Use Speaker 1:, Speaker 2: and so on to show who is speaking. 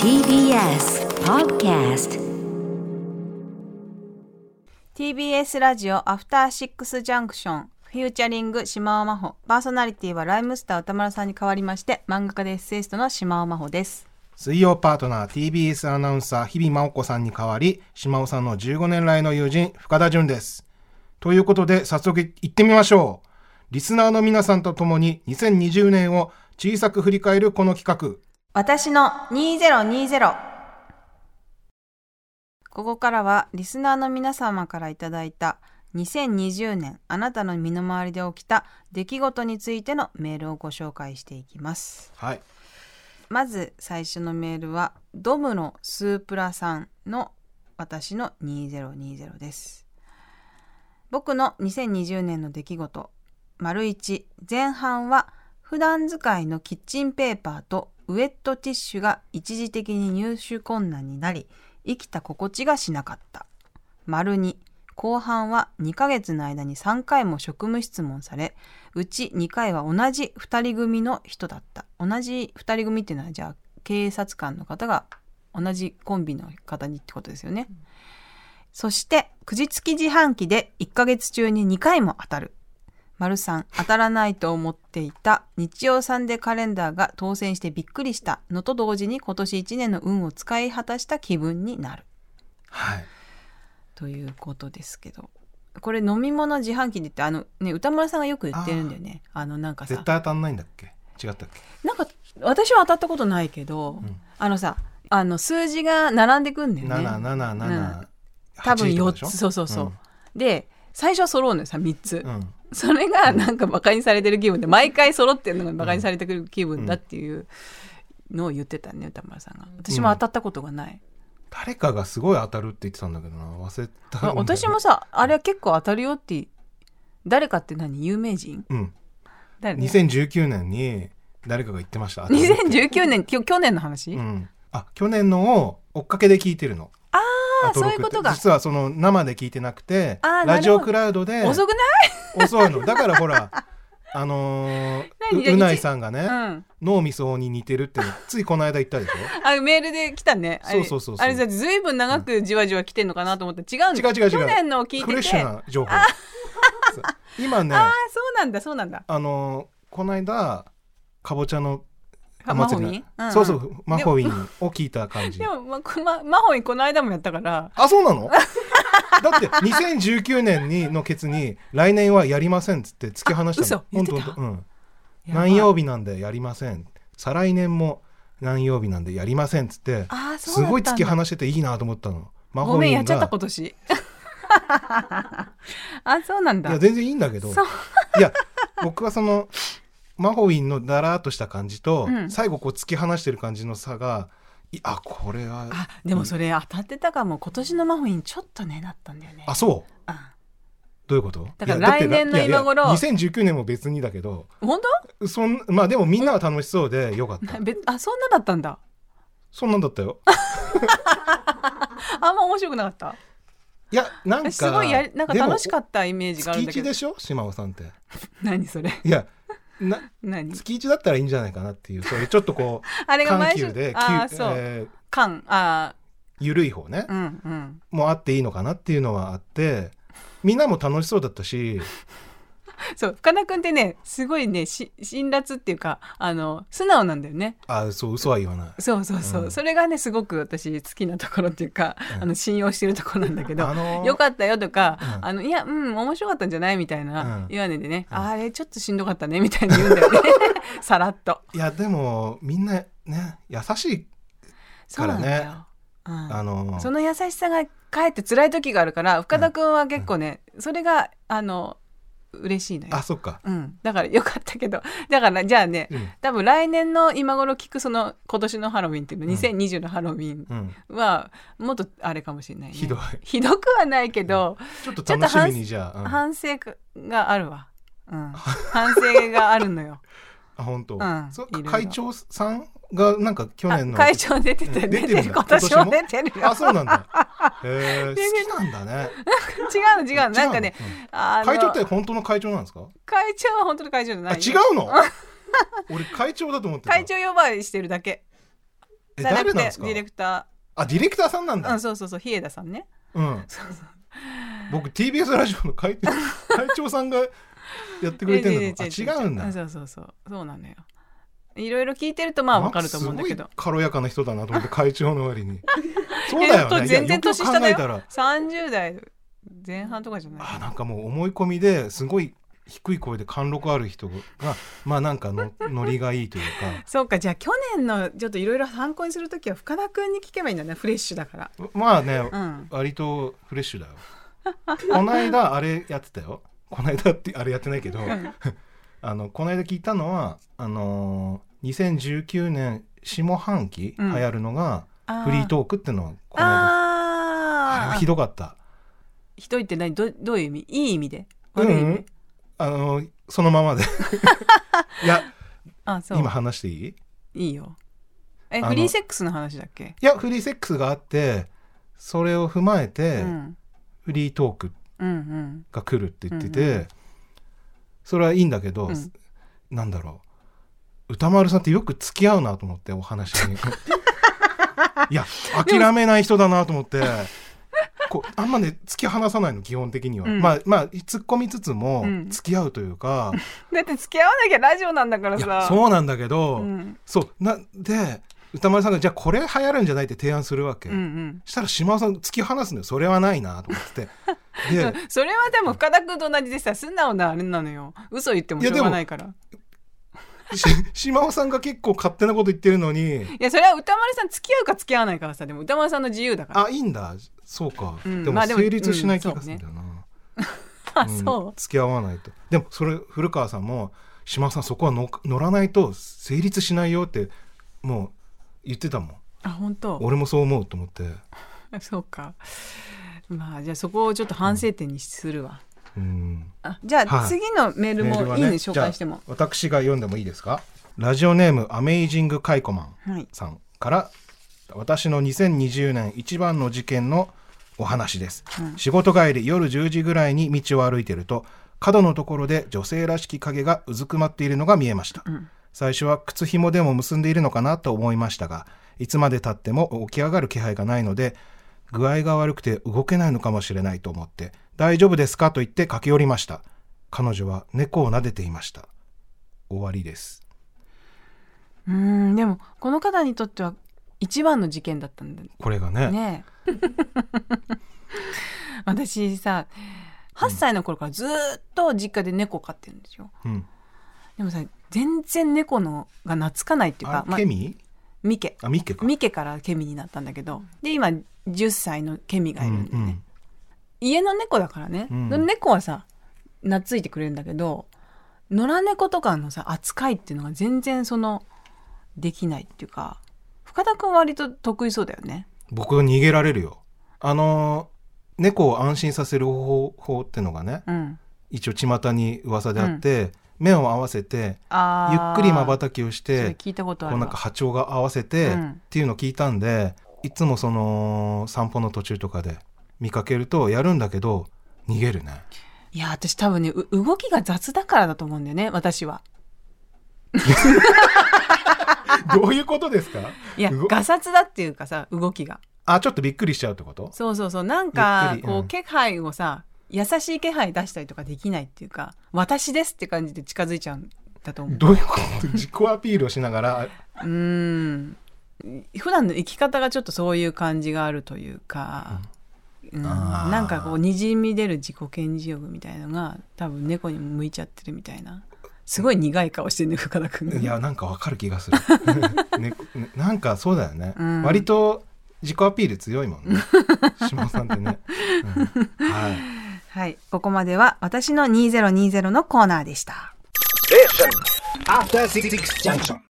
Speaker 1: TBS Podcast
Speaker 2: TBS ラジオアフターシックスジャンクションフューチャリング島尾真帆パーソナリティはライムスター歌丸さんに代わりまして漫画家でエッセイストの島尾真帆です
Speaker 3: 水曜パートナー TBS アナウンサー日々真央子さんに代わり島尾さんの15年来の友人深田純ですということで早速い行ってみましょうリスナーの皆さんと共に2020年を小さく振り返るこの企画
Speaker 2: 私の2020ここからはリスナーの皆様からいただいた2020年あなたの身の回りで起きた出来事についてのメールをご紹介していきます
Speaker 3: はい
Speaker 2: まず最初のメールはドムのスープラさんの私の2020です僕の2020年の出来事丸1前半は普段使いのキッチンペーパーとウエットティッシュが一時的に入手困難になり生きた心地がしなかった丸2後半は2ヶ月の間に3回も職務質問されうち2回は同じ2人組の人だった同じ2人組っていうのはじゃあ警察官の方が同じコンビの方にってことですよね、そしてくじつき自販機で1ヶ月中に2回も当たる丸さん当たらないと思っていた日曜サンデーカレンダーが当選してびっくりしたのと同時に今年1年の運を使い果たした気分になる
Speaker 3: はい
Speaker 2: ということですけどこれ飲み物自販機でってあのね歌丸さんがよく言ってるんだよねあのなんかさ
Speaker 3: 絶対当たんないんだっけ違ったっけ
Speaker 2: なんか私は当たったことないけど、
Speaker 3: ん
Speaker 2: あのさあの数字が並んでくんだよね
Speaker 3: 7778、
Speaker 2: うん多分
Speaker 3: 8とか
Speaker 2: 4
Speaker 3: でしょ
Speaker 2: つそうそうそう、で最初は揃うのよさ3つ、
Speaker 3: うん、うん
Speaker 2: それがなんかバカにされてる気分で毎回揃ってるのがバカにされてくる気分だっていうのを言ってたね歌丸さんが私も当たったことがない、
Speaker 3: 誰かがすごい当たるって言ってたんだけどな忘れたんだよね
Speaker 2: 私もさあれは結構当たるよって誰かって何有名人
Speaker 3: うん
Speaker 2: 誰
Speaker 3: 2019年に誰かが言って ました当たるって
Speaker 2: 2019年きょ去年の話、
Speaker 3: うん、あ去年のを追っかけで聞いてるのあ
Speaker 2: ー
Speaker 3: あ
Speaker 2: そういうことが
Speaker 3: 実はその生で聞いてなくて
Speaker 2: あー
Speaker 3: ラジ
Speaker 2: なるほ
Speaker 3: オ
Speaker 2: ど
Speaker 3: クラウドで
Speaker 2: 遅く
Speaker 3: 遅いのだからほ らあのー
Speaker 2: 何じゃあ
Speaker 3: ううないさんがね、
Speaker 2: ない、うん、
Speaker 3: 脳みそに似てるってのついこの間言ったでしょ
Speaker 2: あメールで来たねあれ
Speaker 3: そうそうそうそう
Speaker 2: あれさずいぶん長くじわじわ来てんのかなと思ったら違うの
Speaker 3: 違う違う違う
Speaker 2: 去年のを聞いて
Speaker 3: フレッシ
Speaker 2: て
Speaker 3: ュな情報そう今ね
Speaker 2: ああ
Speaker 3: あ
Speaker 2: そうなんだそうなんだ
Speaker 3: のーこの間かぼちゃのお
Speaker 2: マホ
Speaker 3: 祭り
Speaker 2: ミン、んん
Speaker 3: そうそうマホインを聞いた感じ
Speaker 2: でも、ま、こまマホインこの間もやったから
Speaker 3: あそうなの だって2019年にのケツに来年はやりませんっつって突き放した
Speaker 2: あ
Speaker 3: の
Speaker 2: 嘘言ってた
Speaker 3: ほんとほんとうん、
Speaker 2: やばい
Speaker 3: 何曜日なんでやりません再来年も何曜日なんでやりませんっつって
Speaker 2: あーそう
Speaker 3: す
Speaker 2: だったんだ
Speaker 3: ごい突き放してていいなと思ったの魔
Speaker 2: ごめんやっちゃった
Speaker 3: と
Speaker 2: 今年 あそうなんだ
Speaker 3: いや全然いいんだけど
Speaker 2: そう
Speaker 3: いや僕はそのマホウィンのだらーっとした感じと、
Speaker 2: うん
Speaker 3: 最後こう突き放してる感じの差がいあこれは
Speaker 2: あでもそれ当たってたかも今年のマホインちょっとねなったんだよね
Speaker 3: あそう
Speaker 2: うん
Speaker 3: どういうこと
Speaker 2: だから
Speaker 3: いや
Speaker 2: 来
Speaker 3: って
Speaker 2: 年の
Speaker 3: いやいや
Speaker 2: 今頃
Speaker 3: 2019年も別にだけど
Speaker 2: 本
Speaker 3: そんまあでもみんなは楽しそ うでよかった
Speaker 2: 当別あそんなだったんだ
Speaker 3: そんなんだったよ
Speaker 2: あんま面白くなかった
Speaker 3: いやなんか
Speaker 2: 私すごいやりなんか楽しか
Speaker 3: っ
Speaker 2: ったイメージがあるんだけ
Speaker 3: 月一
Speaker 2: ど
Speaker 3: でしょ島尾さんって
Speaker 2: 何それ
Speaker 3: いやな
Speaker 2: 何
Speaker 3: 月一だったらいいんじゃないかなっていうそういうちょっとこ う
Speaker 2: あれが
Speaker 3: 緩
Speaker 2: 毎
Speaker 3: 急
Speaker 2: 週
Speaker 3: で
Speaker 2: ああ
Speaker 3: きゅ
Speaker 2: そう、
Speaker 3: えー
Speaker 2: 缶あ
Speaker 3: 緩い方ね
Speaker 2: あ、うんうん
Speaker 3: もうあっていいのかなっていうのはあってみんなも楽しそうだったし
Speaker 2: そう深田君ってねすごいねし辛辣っていうかあの素直なんだよね
Speaker 3: あそう嘘は言わない
Speaker 2: そうそうそう、
Speaker 3: うん
Speaker 2: それがねすごく私好きなところっていうか、
Speaker 3: うん
Speaker 2: あの信用してるところなんだけど、
Speaker 3: あのー
Speaker 2: よかったよとか、
Speaker 3: うん
Speaker 2: あのいやうん面白かったんじゃないみたいな
Speaker 3: うん
Speaker 2: 言わねでね、
Speaker 3: うん
Speaker 2: あれちょっとしんどかったねみたいに言うんだよ ねさらっと
Speaker 3: いやでもみんなね優しい
Speaker 2: そうなんだよ、うん
Speaker 3: あの
Speaker 2: その優しさがかえって辛い時があるから深田君は結構ね、それがあの嬉しいのよ
Speaker 3: あ、そっか、
Speaker 2: うん、だからよかったけどだからじゃあね
Speaker 3: うん
Speaker 2: 多分来年の今頃聞くその今年のハロウィンっていうの、
Speaker 3: うん
Speaker 2: 2020のハロウィン
Speaker 3: うん、
Speaker 2: はもっとあれかもしれない、ね、
Speaker 3: ひどい
Speaker 2: ひどくはないけど、
Speaker 3: ちょっと楽しみにじゃあ、うんあ
Speaker 2: 反省があるわ、 うん、反省があるのよ
Speaker 3: 本
Speaker 2: う
Speaker 3: 当、
Speaker 2: ん
Speaker 3: そ
Speaker 2: いろいろ
Speaker 3: 会長さんがなんか 去
Speaker 2: あ
Speaker 3: 年の
Speaker 2: 会長出てた
Speaker 3: う
Speaker 2: よ
Speaker 3: ん
Speaker 2: 出て
Speaker 3: 出てる
Speaker 2: る
Speaker 3: んだ
Speaker 2: 今年も出てるよ
Speaker 3: あそうなんだ へ
Speaker 2: 全
Speaker 3: え好
Speaker 2: 然
Speaker 3: きなんだね
Speaker 2: 違うの違うのなんかね、
Speaker 3: うん
Speaker 2: あの
Speaker 3: 会長って本当の会長なんですか
Speaker 2: 会長は本当の会長じゃな
Speaker 3: あ
Speaker 2: い
Speaker 3: 違うの俺会長だと思ってた
Speaker 2: 会長呼ばわりしてるだけ
Speaker 3: え
Speaker 2: じゃな
Speaker 3: 誰
Speaker 2: く
Speaker 3: なんで
Speaker 2: て
Speaker 3: す
Speaker 2: デ
Speaker 3: か
Speaker 2: ィレクタ
Speaker 3: あディレクターさんなん
Speaker 2: ー、う
Speaker 3: だ
Speaker 2: ん、そうそうそう日枝さんね
Speaker 3: うん
Speaker 2: そうそう
Speaker 3: 僕 TBS ラジオの会 会長さんがやってくれてるのかあ違うんだ
Speaker 2: そうそうそうそうなのよいろいろ聞いてるとまあわかると思うんだけ
Speaker 3: な
Speaker 2: ど
Speaker 3: んかすごい軽やかな人だなと思って会長 の割にそうだよ
Speaker 2: えっ
Speaker 3: ね
Speaker 2: と
Speaker 3: いや
Speaker 2: 全然
Speaker 3: よくよく
Speaker 2: 年下だよ
Speaker 3: 考えたら
Speaker 2: 30代前半とかじゃない
Speaker 3: あなんかもう思い込みですごい低い声で貫禄ある人がまあなんかの ノリがいいというか
Speaker 2: そうかじゃあ去年のちょっといろいろ参考にするときは深田君に聞けばいいんだねフレッシュだから
Speaker 3: まあね、
Speaker 2: うん
Speaker 3: 割とフレッシュだよこの間あれやってたよこの間ってあれやってないけど あのこの間聞いたのはあのー2019年下半期流
Speaker 2: うん
Speaker 3: 行るのが、
Speaker 2: あ
Speaker 3: フリートークってのはこの間あれは
Speaker 2: ああ
Speaker 3: ひどかった
Speaker 2: ひどいって何どどういう意味いい意味で悪い意味、
Speaker 3: うんあのーそのま までいや
Speaker 2: あそう
Speaker 3: 今話していい
Speaker 2: いいよえ
Speaker 3: あの
Speaker 2: フリーセックスの話だっけ
Speaker 3: いやフリーセックスがあってそれを踏まえて、
Speaker 2: うん
Speaker 3: フリートーク
Speaker 2: うんうん
Speaker 3: が来るって言ってて、
Speaker 2: うん
Speaker 3: それはいいんだけど、
Speaker 2: うん
Speaker 3: なんだろう歌丸さんってよく付き合うなと思ってお話 にいや諦めない人だなと思ってこうあんまね突き放さないの基本的には、
Speaker 2: うん
Speaker 3: まあまあ突っ込みつつも、
Speaker 2: うん
Speaker 3: 付き合うというか、
Speaker 2: だって付き合わなきゃラジオなんだから
Speaker 3: い
Speaker 2: さ
Speaker 3: やそうなんだけど、
Speaker 2: うん
Speaker 3: そうなんで歌丸さんがじゃあこれ流行るんじゃないって提案するわけ、
Speaker 2: うんうん
Speaker 3: したら島尾さん突き放すのよそれはないなと 思っててで
Speaker 2: それはでも深田君と同じでさ素直なあれなのよ嘘言ってもしょうがないからい
Speaker 3: し島尾さんが結構勝手なこと言ってるのに
Speaker 2: やそれは歌丸さん付き合うか付き合わないからさでも歌丸さんの自由だから
Speaker 3: あいいんだそうか、
Speaker 2: うん
Speaker 3: で
Speaker 2: ま
Speaker 3: も
Speaker 2: あでも
Speaker 3: 成立しない気がするんだよな、
Speaker 2: あ
Speaker 3: うん
Speaker 2: そう
Speaker 3: 付き合わないとでもそれ古川さんも島尾さんそこはの乗らないと成立しないよってもう言ってたもん
Speaker 2: あ本当
Speaker 3: 俺もそう思うと思って、
Speaker 2: そうかまあじゃあそこをちょっと反省点にするわ、
Speaker 3: うん、
Speaker 2: あじゃ
Speaker 3: は
Speaker 2: あ
Speaker 3: い
Speaker 2: 次のメール
Speaker 3: メール
Speaker 2: も
Speaker 3: はい
Speaker 2: い
Speaker 3: ね
Speaker 2: ね紹介しても
Speaker 3: じゃあ私が読んでもいいですかラジオネームアメイジングカイコマン
Speaker 2: はい
Speaker 3: さんから私の2020年一番の事件のお話です、
Speaker 2: うん
Speaker 3: 仕事帰り夜10時ぐらいに道を歩いていると角のところで女性らしき影がうずくまっているのが見えました、
Speaker 2: ん
Speaker 3: 最初は靴紐でも結んでいるのかなと思いましたがいつまでたっても起き上がる気配がないので具合が悪くて動けないのかもしれないと思って大丈夫ですかと言って駆け寄りました彼女は猫を撫でていました終わりです
Speaker 2: うーんでもこの方にとっては一番の事件だったんだ
Speaker 3: これが
Speaker 2: ねえ 私さ8歳の頃からずーっと実家で猫飼ってるんですよ
Speaker 3: うん、
Speaker 2: でもさ全然猫のが懐かないっていう
Speaker 3: あ
Speaker 2: か、まあ
Speaker 3: ケ、ミ
Speaker 2: ミケ
Speaker 3: あミッケか
Speaker 2: ミケからケミになったんだけどで今10歳のケミがいるんでね、
Speaker 3: うんうん
Speaker 2: 家の猫だからね、
Speaker 3: うん
Speaker 2: その猫はさ懐いてくれるんだけど野良猫とかのさ扱いっていうのが全然そのできないっていうか深田君は割と得意そうだよね
Speaker 3: 僕は逃げられるよあのー猫を安心させる方法ってのがね
Speaker 2: うん
Speaker 3: 一応巷に噂であって、目を合わせて
Speaker 2: あ
Speaker 3: ゆっくりまば
Speaker 2: た
Speaker 3: たきをし
Speaker 2: それ
Speaker 3: て
Speaker 2: 聞いたことあ
Speaker 3: こ
Speaker 2: る
Speaker 3: う
Speaker 2: わ
Speaker 3: なんか波長が合わせて、
Speaker 2: うん
Speaker 3: っていうのを聞いたんでいつもその散歩の途中とかで見かけるとやるんだけど逃げ るね
Speaker 2: いや私多分ねう動きが雑だからだと思うんだよね私は
Speaker 3: どういうことですか
Speaker 2: いや
Speaker 3: うご
Speaker 2: がさつだっていうかさ動きが
Speaker 3: あちょっとびっくりしちゃうってこと
Speaker 2: そうそうそうなんか
Speaker 3: ゆっくり
Speaker 2: こ
Speaker 3: う
Speaker 2: うん気配をさ優しい気配出したりとかできないっていうか私ですって感じで近づいちゃうんだと思う
Speaker 3: どういうこと自己アピールをしながら
Speaker 2: うーん普段の生き方がちょっとそういう感じがあるというか、うん
Speaker 3: あー
Speaker 2: なんかこうにじみ出る自己顕示欲みたいのが多分猫に向いちゃってるみたいなすごい苦い顔してるね深田君が
Speaker 3: いやなんかわかる気がする、 ねねなんかそうだよね、
Speaker 2: うん
Speaker 3: 割と自己アピール強いも んね島尾さんってね、うんはい
Speaker 2: はい、ここまでは私の2020のコーナーでした。
Speaker 4: After Six Junction.